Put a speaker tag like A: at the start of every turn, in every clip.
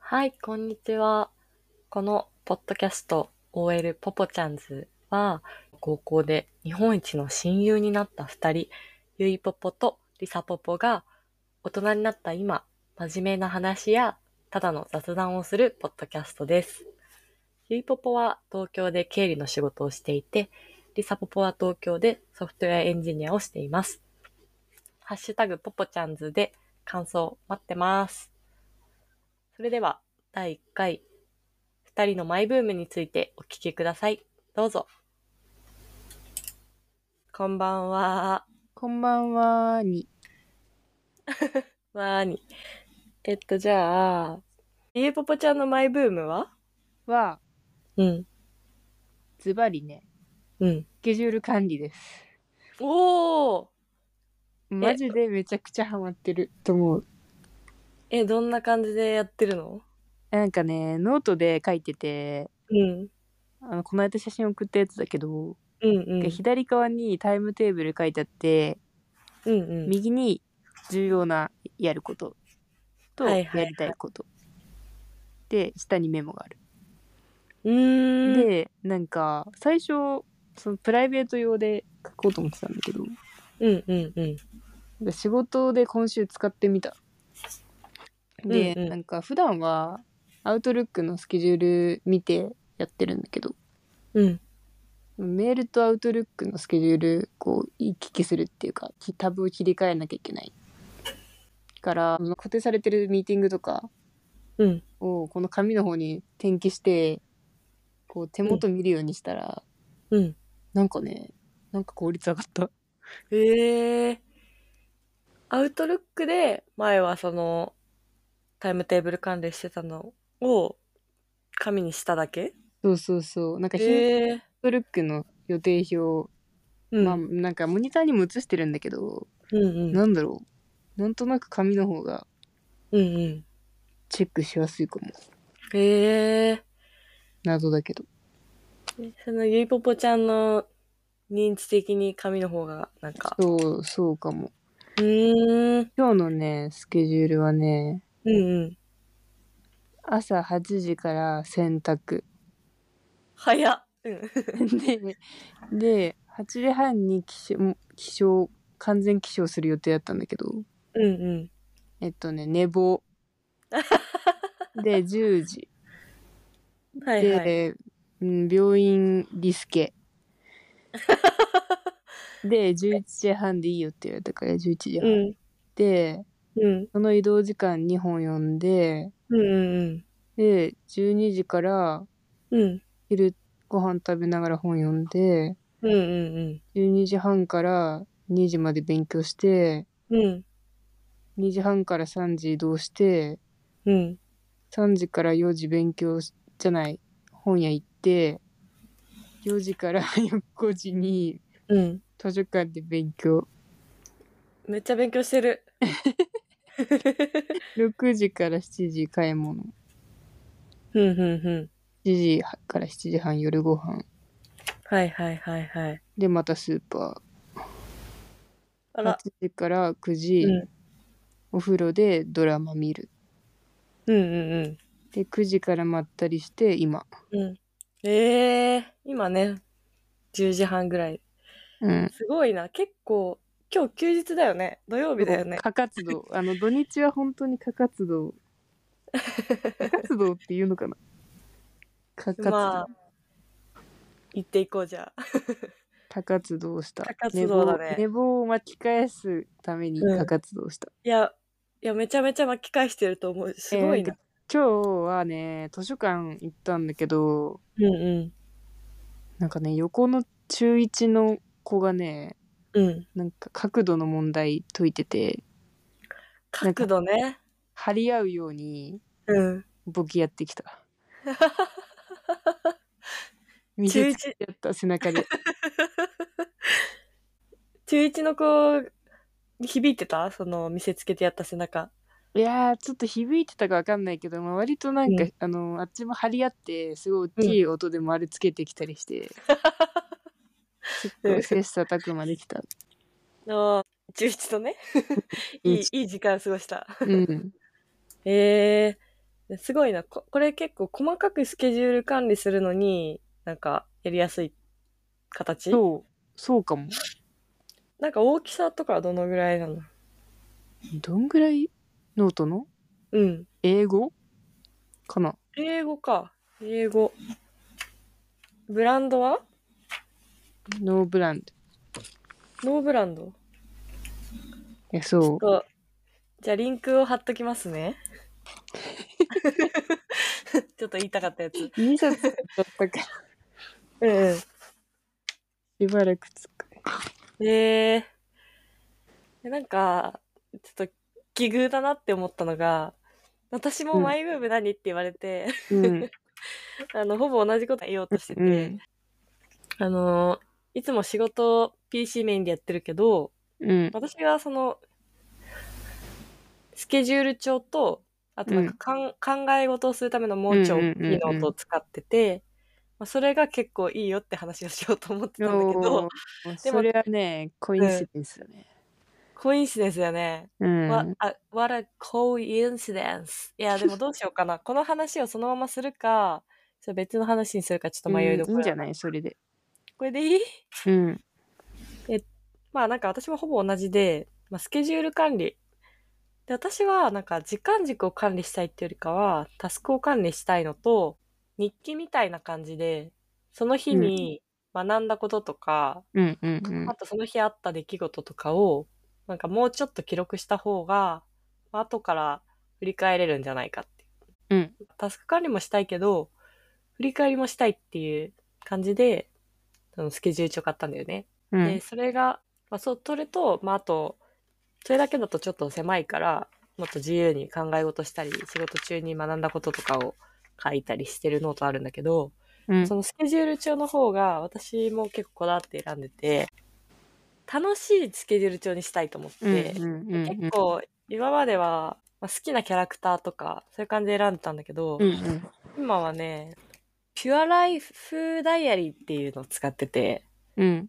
A: はい、こんにちは。このポッドキャスト OL ポポちゃんズは、高校で日本一の親友になった二人、ゆいぽぽとりさぽぽが、大人になった今、真面目な話や、ただの雑談をするポッドキャストです。ゆいぽぽは東京で経理の仕事をしていて、りさぽぽは東京でソフトウェアエンジニアをしています。ハッシュタグポポちゃんズで感想待ってます。それでは第1回2人のマイブームについてお聞きくださいどうぞこんばんは
B: こんばんはに
A: わーにえっとじゃあゆうぽぽちゃんのマイブームは
B: は
A: うん
B: ズバリね
A: うん
B: スケジュール管理です
A: おお
B: マジでめちゃくちゃハマってると思う
A: えどんな感じでやってるの
B: なんかねノートで書いてて、
A: うん、
B: あのこの間写真送ったやつだけど、
A: うんうん、
B: 左側にタイムテーブル書いてあって、
A: うんうん、
B: 右に重要なやることとやりたいこと、はいはいはい、で下にメモがある。
A: うん
B: でなんか最初そのプライベート用で書こうと思ってたんだけど、
A: うんうん
B: うん、仕事で今週使ってみた。で、うんうん、なんか普段はアウトルックのスケジュール見てやってるんだけど、
A: うん、
B: メールとアウトルックのスケジュールこう行き来するっていうかタブを切り替えなきゃいけないから固定されてるミーティングとかをこの紙の方に転記してこう手元見るようにしたら、
A: うん、
B: なんかねなんか効率上がった。
A: へえー、アウトルックで前はそのタイムテーブル管理してたのを紙にしただけ
B: そうそうそうなんかヒ
A: ー
B: トルックの予定表、うん、まあなんかモニターにも映してるんだけど、
A: うんうん、
B: なんだろうなんとなく紙の方が
A: うんうん
B: チェックしやすいかも
A: へえー、
B: 謎だけど
A: そのゆいぽぽちゃんの認知的に紙の方がなんか
B: そうそうかも
A: うん
B: 今日のねスケジュールはね
A: うんうん。
B: 朝8時から洗 濯。、
A: 早っ。うん
B: で、で、8時半に起床、起床、完全起床する予定だったんだけど。
A: うんうん。
B: えっとね、寝 坊。で、10時。
A: はいはい、
B: で、うん、病院リ スケ。で、11時半でいいよって言われたから、11時半。
A: うん、
B: で、
A: うん、
B: その移動時間2本読んで、
A: うんうんうん、
B: で12時から昼ご飯食べながら本読んで、
A: うんうんうん、
B: 12時半から2時まで勉強して、
A: うん、
B: 2時半から3時移動して、
A: うん、
B: 3時から4時勉強じゃない本屋行って4時から5時 に図書館で勉強。
A: めっちゃ勉強してる。
B: 6時から7時買い物。
A: ふんふんふん。
B: 7時から7時半夜ご飯。
A: はいはいはいはい。
B: で、またスーパー。
A: あら。
B: 8時から9時、うん、お風呂でドラマ見る。
A: うんうんうん。
B: で、9時からまったりして、今。
A: うん。ええー、今ね、10時半ぐらい。
B: うん。
A: すごいな。結構、今日休日だよね土曜日だよね
B: 過活動あの土日は本当に過 活動過活動っていうのかな過活動、
A: まあ、行っていこうじゃあ
B: 過活動した
A: 過活動だね、
B: 寝坊を巻き返すために過活動した、うん
A: いやいやめちゃめちゃ巻き返してると思うすごいな、
B: えー、今日はね図書館行ったんだけど
A: うんうん
B: なんかね横の中1の子がね
A: うん、
B: なんか角度の問題解いてて
A: 角度ね
B: 張り合うようにボキやってき た、
A: うん、中1
B: やった背中で
A: 中1の子響いてたその見せつけてやった背中
B: いやちょっと響いてたか分かんないけど、まあ、割となんか、うん、あのあっちも張り合ってすごい大きい音で丸つけてきたりして、うん結構切磋琢磨でき た。
A: ああ、11とねいい。いい時間過ごした。
B: うん。
A: ええー、すごいなこ。これ結構細かくスケジュール管理するのに、なんかやりやすい形
B: そう、そうかも。
A: なんか大きさとかはどのぐらいなの
B: どんぐらいノートの
A: うん。
B: 英語かな
A: 英語か。英語。ブランドは
B: ノーブランド。
A: ノーブランド。
B: え、そう。
A: そう。じゃあリンクを貼っときます ね。ちょっと言いたかったやつ。
B: 2冊買っちゃったから。
A: うん、う
B: しばらく使
A: ん。えー、なんか、ちょっと奇遇だなって思ったのが、私も
B: うん
A: マイブーム何って言われて、
B: う。うん。
A: あの、ほぼ同じこと言おうとしてて、
B: うん。
A: あの、いつも仕事を PC メインでやってるけど、
B: うん。
A: 私はその、スケジュール帳と、あとなんかかん、考え事をするための盲腸
B: うんうんうんうん
A: 機能とを使ってて、まあ、それが結構いいよって話をしようと思ってたんだけ
B: お
A: ど
B: ー、それはね、コインシデンスだね。
A: コインシデンスだよね。
B: う
A: わ
B: ん。
A: あ What a coincidence! いや、でもどうしようかな。 この話をそのままするか、ちょっと別の話にするかちょっと迷いど
B: うん
A: こ
B: いい
A: ろ、
B: んじゃないそれで。
A: これでいい
B: うん。
A: まあなんか私もほぼ同じで、まあ、スケジュール管理。で、私はなんか時間軸を管理したいっていうよりかは、タスクを管理したいのと、日記みたいな感じで、その日に学んだこととか、
B: うんうんうん
A: あ。とその日あった出来事とかを、なんかもうちょっと記録した方が、まあ後から振り返れるんじゃないかっていう
B: うん。
A: タスク管理もしたいけど、振り返りもしたいっていう感じで、そのスケジュール帳買ったんだよね。
B: う
A: で、
B: ん
A: それが、まあ、そう、それと、まあ、あと、それだけだとちょっと狭いから、もっと自由に考え事したり、仕事中に学んだこととかを書いたりしてるノートあるんだけど、
B: うん
A: そのスケジュール帳の方が私も結構こだわって選んでて、楽しいスケジュール帳にしたいと思って、
B: うんうん
A: 結構今までは、まあ、好きなキャラクターとか、そういう感じで選んでたんだけど、
B: うんうん
A: 今はね、ピュアライフダイアリーっていうのを使ってて、
B: うん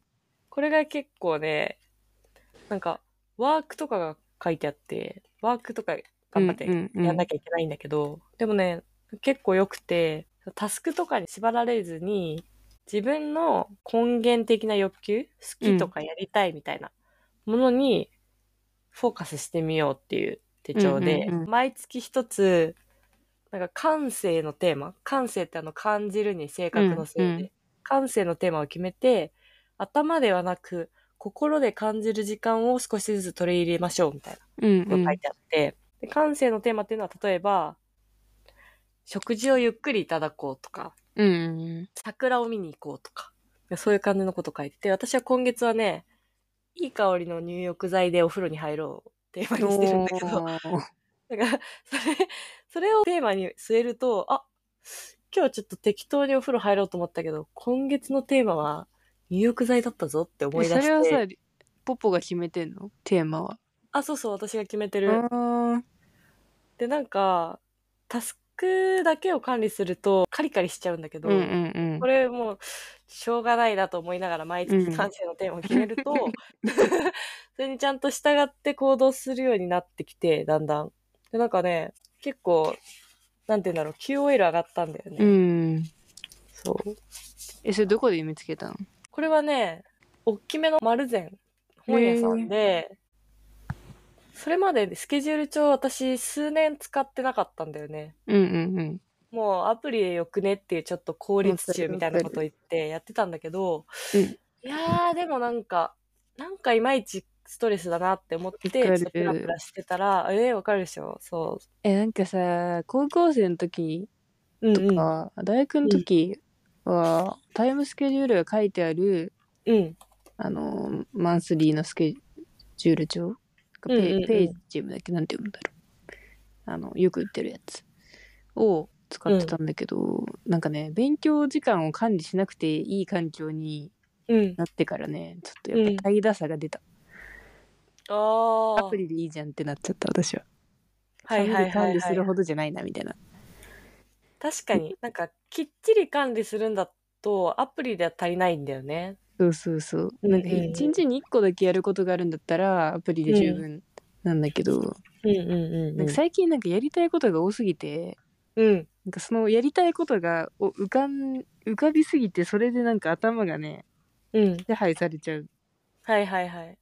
A: これが結構ね、なんか、ワークとかが書いてあって、ワークとか頑張って
B: うんうんうん
A: やんなきゃいけないんだけど、でもね、結構良くて、タスクとかに縛られずに、自分の根源的な欲求、好きとかやりたいみたいなものにフォーカスしてみようっていう手帳で、
B: うんうんうん
A: 毎月一つ、なんか感性のテーマ、感性ってあの感じるに性格のせいで、
B: うんうん
A: 感性のテーマを決めて、頭ではなく、心で感じる時間を少しずつ取り入れましょうみたいな
B: うん
A: ことが書いてあって、で感性のテーマっていうのは例えば、食事をゆっくりいただこうとか、
B: うん
A: 桜を見に行こうとか、そういう感じのこと書いてて、私は今月はね、いい香りの入浴剤でお風呂に入ろうをテーマにしてるんだけど、だから、それ、それをテーマに据えると、あ、今日ちょっと適当にお風呂入ろうと思ったけど、今月のテーマは入浴剤だったぞって思い出
B: そ
A: して。
B: れはさポポが決めてんのテーマは
A: あ、そうそう、私が決めてる。
B: うん
A: で、なんか、タスクだけを管理すると、カリカリしちゃうんだけど、
B: うんうん
A: これもう、しょうがないなと思いながら、毎
B: う
A: 月
B: ん
A: 感性のテーマを決めると、 それにちゃんと従って行動するようになってきて、だんだん。で、なんかね、結構、なんて言うんだろう、QOL 上がったんだよね。
B: うん
A: そう。
B: えそれどこで見つけたの
A: これはね、大きめの丸善本屋さんで、それまでスケジュール帳私数年使ってなかったんだよね。
B: うんうんうん
A: もうアプリでよくねっていうちょっと効率中みたいなこと言ってやってたんだけど、
B: うん
A: いやーでもなんか、なんかいまいちストレスだなって思って、
B: わかる
A: ちょっとプラプラしてたら、えー、わかるでしょそ
B: えなんかさ高校生の時
A: う。うん、
B: とか大学の時はタイムスケジュールが書いてある
A: うん。うん。
B: あのマンスリーのスケジュール帳ペ,、
A: うんうんうん
B: ページムだっけなんて読むんだろうあのよく売ってるやつを使ってたんだけど、なんかね勉強時間を管理しなくていい環境に
A: うん。
B: なってからねちょっとやっぱ怠惰さが出た、
A: ああ。
B: アプリでいいじゃんってなっちゃった私は
A: はいはいはい、はい。
B: 管理するほどじゃないなみたいな
A: 確かに、なんか、きっちり管理するんだと、アプリでは足りないんだよね。
B: そうそうそう
A: うん
B: なんか1日に1個だけやることがあるんだったらアプリで十分なんだけ
A: う
B: ど、
A: んうんうん
B: なんか最近なんかやりたいことが多すぎて
A: うん。
B: なんかそのやりたいことがお浮かん浮かびすぎてそれでなんか頭がね
A: うん。
B: 手配されちゃう
A: はいはいはい。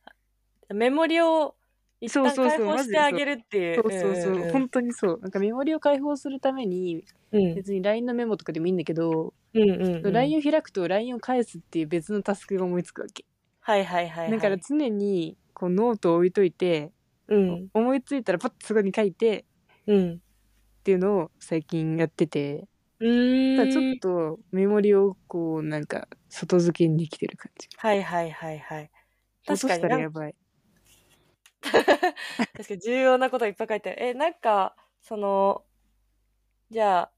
A: メモリを一旦
B: そうそう
A: 解
B: そう
A: 放
B: マ
A: し
B: ジ
A: て
B: でそう
A: あげるっていう。
B: そうそうそう、
A: んんん
B: 本当にそうなんかメモリを解放するために
A: うん。
B: 別に LINE のメモとかでもいいんだけど、
A: うんうんうん。
B: LINE を開くと LINE を返すっていう別のタスクが思いつくわけ、
A: はいはいはいはい。
B: だから常にこうノートを置いといて、
A: うん。
B: 思いついたらパッとそこに書いて
A: うん。
B: っていうのを最近やってて、
A: うー
B: た
A: ん。
B: だちょっとメモリをこうなんか外付けにできてる感じ
A: はいはいはいはい。確か
B: 落とした
A: に
B: ら
A: な
B: や
A: ん、
B: ばい
A: 確かに重要なこといっぱい書いてある。え、なんか、その、じゃあ、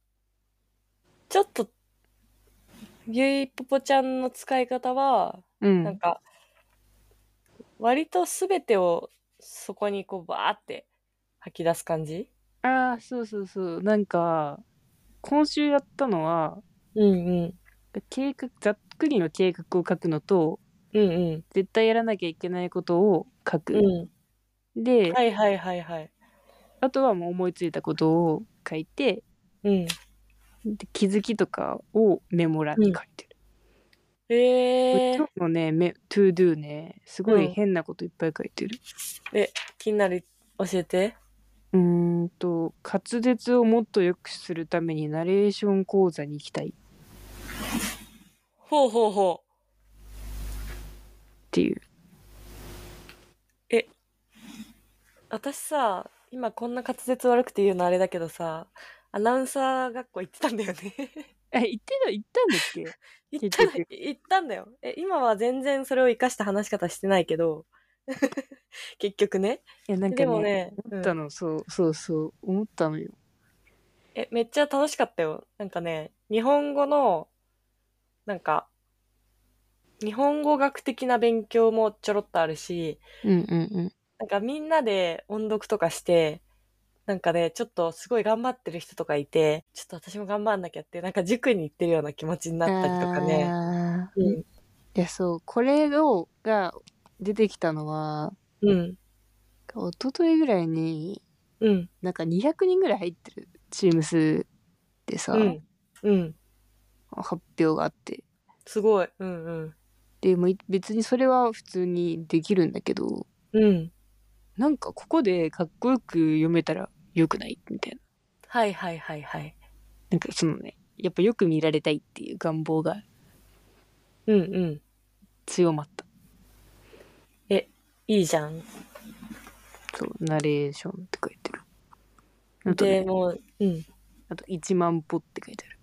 A: ちょっと、ゆいぽぽちゃんの使い方は、
B: う
A: なん
B: ん
A: か、割とすべてをそこにこうバーって吐き出す感じ
B: ああそうそうそうなんか今週やったのは
A: うんうん。
B: 計画ざっくりの計画を書くのと
A: うんうん。
B: 絶対やらなきゃいけないことを書く、
A: う
B: で、
A: ん。はいはいはいはい。
B: あとはもう思いついたことを書いて
A: うん。
B: で気づきとかをメモ欄に書いてる、
A: えー
B: 今、日のねめトゥードゥねすご
A: う
B: い
A: ん
B: 変なこといっぱい書いてる
A: 気になる、教えて。
B: うーんと滑舌をもっと良くするためにナレーション講座に行きたいっ
A: ほうほうほう。
B: ていう
A: 私さ、今こんな滑舌悪くて言うのあれだけどさ、アナウンサー学校行ってたんだよね。
B: え行ってた行ったんだっ け
A: 行ったの
B: 結
A: 行ったんだよ。え、今は全然それを活かした話し方してないけど、 結局ね。
B: いやなんか、ね、
A: でもね、
B: 思っ
A: う
B: た
A: ん
B: の、そうそうそう思ったのよ
A: え、めっちゃ楽しかったよ。なんかね、日本語の、なんか、日本語学的な勉強もちょろっとあるし、
B: うんうん
A: なんかみんなで音読とかして、なんかね、ちょっとすごい頑張ってる人とかいて、ちょっと私も頑張んなきゃって、なんか塾に行ってるような気持ちに
B: う
A: なんったりとかね。
B: あー
A: うん。
B: いやそうこれをが出てきたのは
A: うん。
B: 一昨日ぐらいに
A: うん。
B: なんか200人ぐらい入ってるチームスでさ、
A: うん。うん。
B: 発表があって
A: すごい。うんうん。
B: でもうい別にそれは普通にできるんだけど
A: うん。
B: なんかここでかっこよく読めたらよくないみたいな
A: はいはいはいはい。
B: なんかそのねやっぱよく見られたいっていう願望が
A: うんうん。
B: 強まった
A: いいじゃん。
B: そうナレーションって書いてるあと,、
A: で
B: ね、
A: もう、うん。
B: あと1万歩って書いてある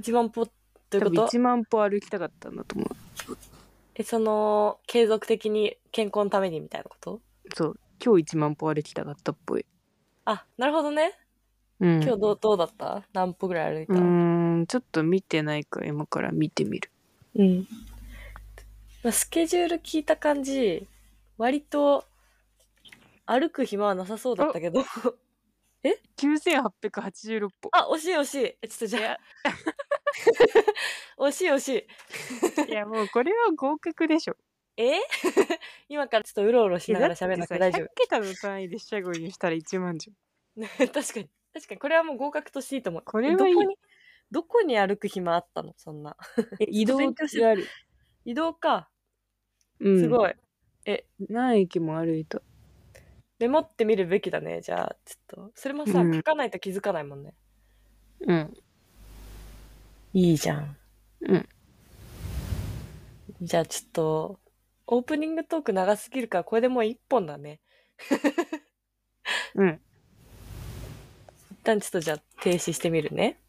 A: 一万歩という
B: 多
A: こ
B: 分
A: と
B: 1万歩歩きたかったんだと思う
A: え、その、継続的に健康のためにみたいなこと
B: そう今日1万歩歩きたかったっぽい
A: あ、なるほどね。
B: うん
A: 今日どう,、どうだった何歩ぐらい歩いうた
B: ーんちょっと見てないから今から見てみる
A: うん。まあスケジュール聞いた感じ、割と歩く暇はなさそうだったけど。
B: 9886歩
A: あ、惜しい惜しい。えちょっとじゃあ。 惜しい惜しい。
B: いやもうこれは合格でしょ
A: え 今からちょっとうろうろしながら喋んなくて大丈
B: 100桁の単位で四捨五入したら1万じゃん
A: 夫。 確かに。確かに。これはもう合格としていいと思う。
B: これはいい
A: どこに、どこに歩く暇あったのそんな。
B: え移動
A: 動
B: がある、
A: 移動か。
B: うん、
A: すご
B: い
A: い。
B: 何駅も歩いた
A: メモってみるべきだね。じゃあ、ちょっと。それもさ、
B: うん
A: 書かないと気づかないもんね。
B: うん
A: いいじゃん。
B: うん
A: じゃあちょっと、オープニングトーク長すぎるから、これでもう一本だね。
B: うん
A: 一旦ちょっとじゃあ停止してみるね。